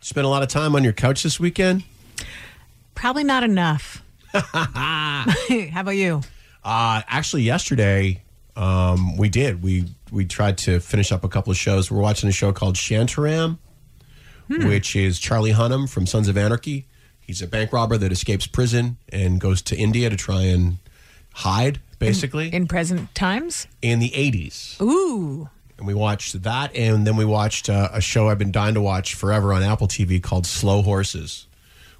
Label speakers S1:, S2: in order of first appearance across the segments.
S1: Spent a lot of time on your couch this weekend?
S2: Probably not enough. How about you?
S1: Uh, actually, yesterday um, we did. We we tried to finish up a couple of shows. We're watching a show called Shantaram, which is Charlie Hunnam from Sons of Anarchy. He's a bank robber that escapes prison and goes to India to try and hide, basically, in,
S2: In present times?
S1: the 80s.
S2: Ooh.
S1: And we watched that, and then we watched uh, a show I've been dying to watch forever on Apple TV called Slow Horses,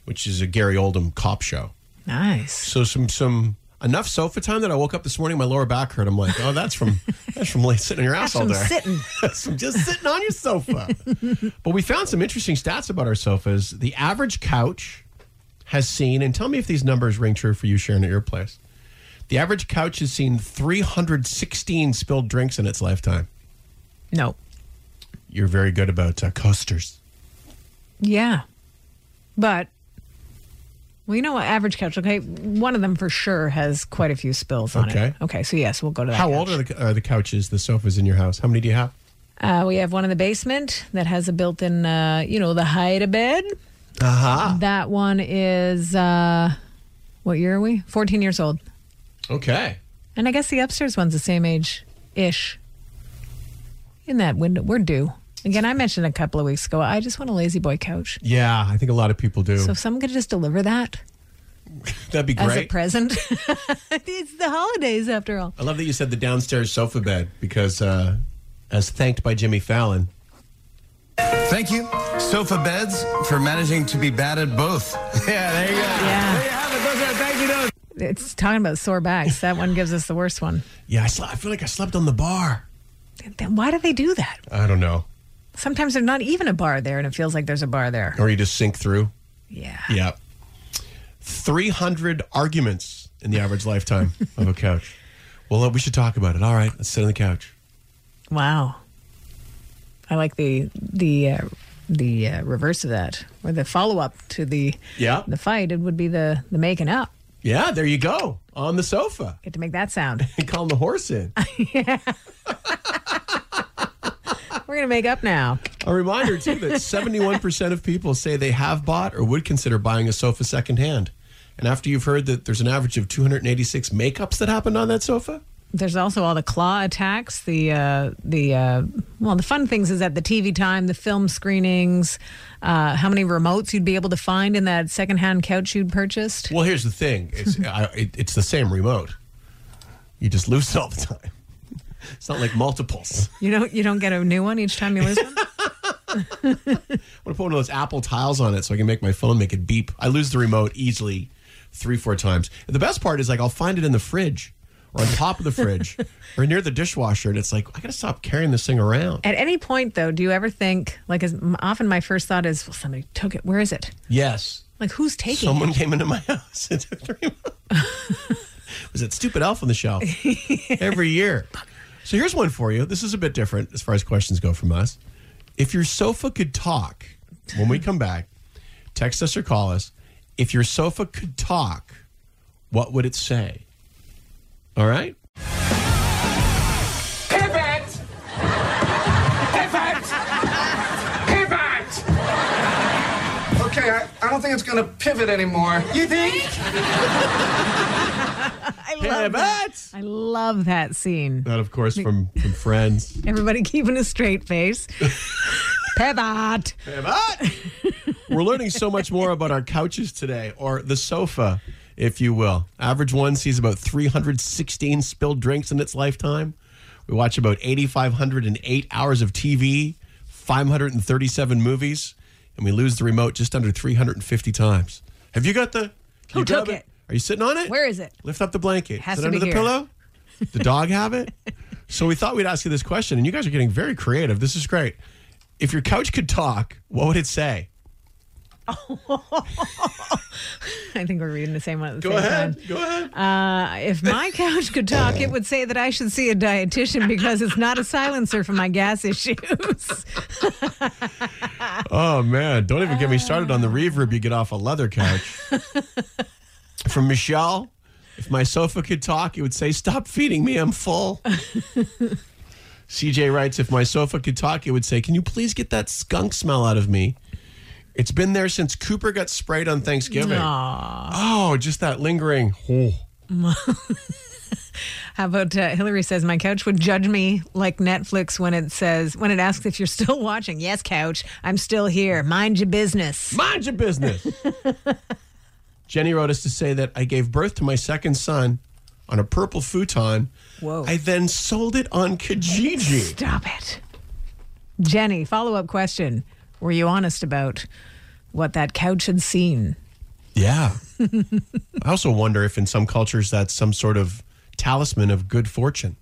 S1: which is a Gary Oldham cop show.
S2: Nice.
S1: So some some enough sofa time that I woke up this morning, my lower back hurt. I'm like, oh, that's from that's from lay- sitting on your ass all
S2: from
S1: day.
S2: sitting.
S1: that's from just sitting on your sofa. but we found some interesting stats about our sofas. The average couch has seen, and tell me if these numbers ring true for you, Sharon, at your place. The average couch has seen 316 spilled drinks in its lifetime.
S2: No.
S1: You're very good about uh, coasters.
S2: Yeah. But well, you know what? Average couch. Okay, one of them for sure has quite a few spills on
S1: Okay.
S2: it. Okay, so yes, we'll go to that.
S1: How
S2: couch.
S1: old are the, are the couches, the sofas in your house? How many do you have?
S2: Uh, we have one in the basement that has a built-in, uh, you know, the hide a bed.
S1: Aha.
S2: That one is uh, what year are we? Fourteen years old.
S1: Okay.
S2: And I guess the upstairs one's the same age ish. In that window, we're due. Again, I mentioned a couple of weeks ago. I just want a lazy boy couch.
S1: Yeah, I think a lot of people do.
S2: So if someone could just deliver that
S1: That'd be
S2: as
S1: great.
S2: a present, it's the holidays after all.
S1: I love that you said the downstairs sofa bed because, uh, as thanked by Jimmy Fallon,
S3: Thank you, Sofa Beds, for managing to be bad at both. Yeah, there you go.
S2: Yeah.
S3: There you have it. Those are thank you notes.
S2: It's talking about sore backs. That one gives us the worst one.
S1: yeah, I, sl- I feel like I slept on the bar.
S2: Then why do they do that?
S1: I don't know.
S2: Sometimes there's not even a bar there, and it feels like there's a bar there.
S1: Or you just sink through.
S2: Yeah.
S1: Yeah. 300 arguments in the average lifetime of a couch. Well, uh, we should talk about it. All right, let's sit on the couch.
S2: Wow. I like the the uh, the uh, reverse of that, or the follow up to the
S1: Yeah.
S2: the fight. It would be the the making up.
S1: Yeah, there you go. On the sofa.
S2: Get to make that sound.
S1: And calling the horse in.
S2: We're gonna make up now.
S1: A reminder, too, that 71% of people say they have bought or would consider buying a sofa secondhand. And after you've heard that there's an average of 286 makeups that happened on that sofa,
S2: There's also all the claw attacks. The uh, the uh, well, the fun things is at the TV time, the film screenings, uh, how many remotes you'd be able to find in that secondhand couch you'd purchased.
S1: well, here's the thing it's, I, it, it's the same remote. You just lose it all the time. It's not like multiples.
S2: You don't you don't get a new one each time you lose one.
S1: I'm going to put one of those Apple tiles on it so I can make my phone make it beep. I lose the remote easily three, four times. And the best part is, like, I'll find it in the fridge or on top of the fridge or near the dishwasher. And it's like, I got to stop carrying this thing around.
S2: At any point though, do you ever think like? As, often my first thought is, well, somebody took it. Where is it?
S1: Yes.
S2: Like who's taking
S1: Someone
S2: it?
S1: came into my house and took three Was that stupid elf on the shelf every year? So here's one for you. This is a bit different as far as questions go from us. If your sofa could talk, when we come back, text us or call us. If your sofa could talk, what would it say? All right.
S4: Pivot! Pivot! Pivot!
S3: Okay, I, I don't think it's going to pivot anymore.
S4: You think?
S2: I love that. I love that scene.
S1: That, of course, from, from Friends.
S2: Everybody keeping a straight face. Pivot.
S1: We're learning so much more about our couches today, or the sofa, if you will. Average one sees about 316 spilled drinks in its lifetime. We watch about 8,508 hours of TV, 537 movies, and we lose the remote just under 350 times. Have you got the?
S2: Who
S1: you grab
S2: took it?
S1: Are you sitting on it?
S2: Where is it?
S1: Lift up the blanket.
S2: Has
S1: is it
S2: to be
S1: under the
S2: here.
S1: pillow? The dog have it? So we thought we'd ask you this question, and you guys are getting very creative. This is great. If your couch could talk, what would it say?
S2: I think we're reading the same one at the
S1: Go
S2: same
S1: ahead.
S2: time.
S1: Go ahead.
S2: Uh, if my couch could talk, it would say that I should see a dietitian because it's not a silencer for my gas issues.
S1: Oh man, don't even get me started on the reverb you get off a leather couch. From Michelle, if my sofa could talk, it would say, Stop feeding me, I'm full. CJ writes, If my sofa could talk, it would say, Can you please get that skunk smell out of me? It's been there since Cooper got sprayed on Thanksgiving. Oh, just that lingering. Oh.
S2: How about uh, Hillary says my couch would judge me like Netflix when it says when it asks if you're still watching. Yes, couch, I'm still here. Mind your business.
S1: Mind your business. Jenny wrote us to say that I gave birth to my second son on a purple futon.
S2: Whoa.
S1: I then sold it on Kijiji.
S2: Stop it, Jenny. Follow up question: Were you honest about what that couch had seen?
S1: Yeah. I also wonder if in some cultures that's some sort of talisman of good fortune.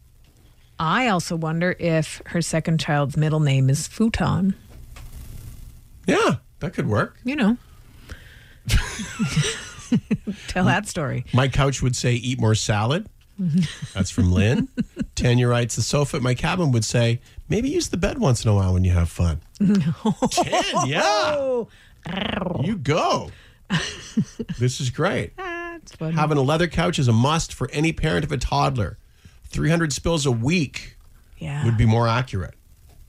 S2: I also wonder if her second child's middle name is Futon.
S1: Yeah, that could work.
S2: You know. Tell that story.
S1: My couch would say, eat more salad. That's from Lynn. Tanya writes, the sofa at my cabin would say, maybe use the bed once in a while when you have fun. Ten, yeah.
S2: Oh,
S1: You go. this is great.
S2: that's funny.
S1: Having a leather couch is a must for any parent of a toddler. 300 spills a week
S2: yeah.
S1: would be more accurate.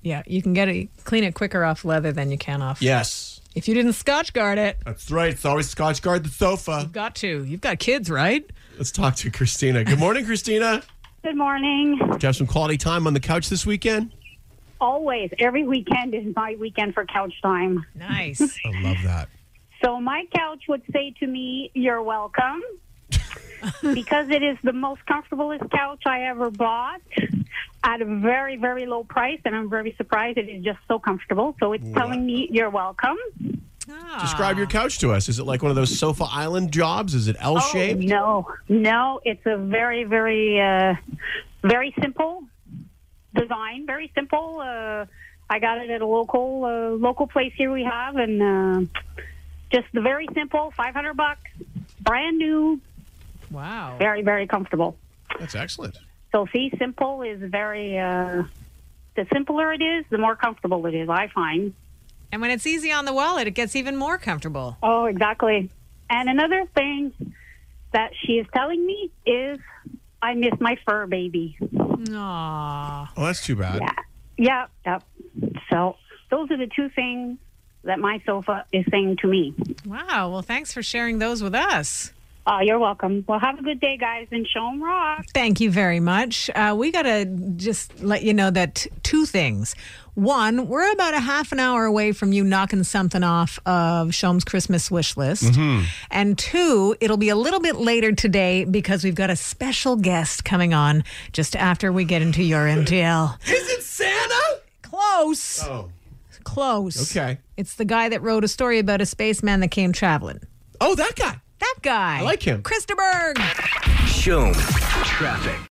S2: Yeah, you can get it, clean it quicker off leather than you can off.
S1: Yes.
S2: If you didn't scotch guard it,
S1: That's right. It's always Scotch Guard the sofa.
S2: got to. You've got kids, right?
S1: Let's talk to Christina. Good morning, Christina.
S5: Good morning.
S1: Did you have some quality time on the couch this weekend?
S5: Always, every weekend is my weekend for couch time.
S2: Nice.
S1: I love that.
S5: So my couch would say to me, You're welcome. because it is the most comfortablest couch I ever bought at a very, very low price. And I'm very surprised it is just so comfortable. So it's telling me, You're welcome. Ah.
S1: Describe your couch to us. Is it like one of those sofa island jobs? Is it L shaped?
S5: Oh, no, no, it's a very, very, uh, very simple design. Very simple. Uh, I got it at a local uh, local place here we have, and uh, just the very simple, five hundred bucks, brand new,
S2: wow.
S5: very, very comfortable.
S1: That's excellent.
S5: So see, simple is very. Uh, the simpler it is, the more comfortable it is. I find.
S2: And when it's easy on the wallet, it gets even more comfortable.
S5: Oh, exactly. And another thing that she is telling me is, I miss my fur baby.
S2: Aww.
S1: Oh, that's too bad.
S5: Yeah, yep. So those are the two things that my sofa is saying to me.
S2: Wow. Well, thanks for sharing those with us.
S5: Uh, you're welcome. Well, have a good day, guys, and show 'em rock.
S2: Thank you very much. Uh, we got to just let you know that two things. One, we're about a half an hour away from you knocking something off of Shome's Christmas wish list.
S1: Mm-hmm.
S2: And two, it'll be a little bit later today because we've got a special guest coming on just after we get into your MTL.
S1: Is it Santa?
S2: Close.
S1: Oh.
S2: Close.
S1: Okay.
S2: It's the guy that wrote a story about a spaceman that came traveling.
S1: Oh, that guy.
S2: That guy. I
S1: like him.
S2: Christopher.
S6: Show traffic.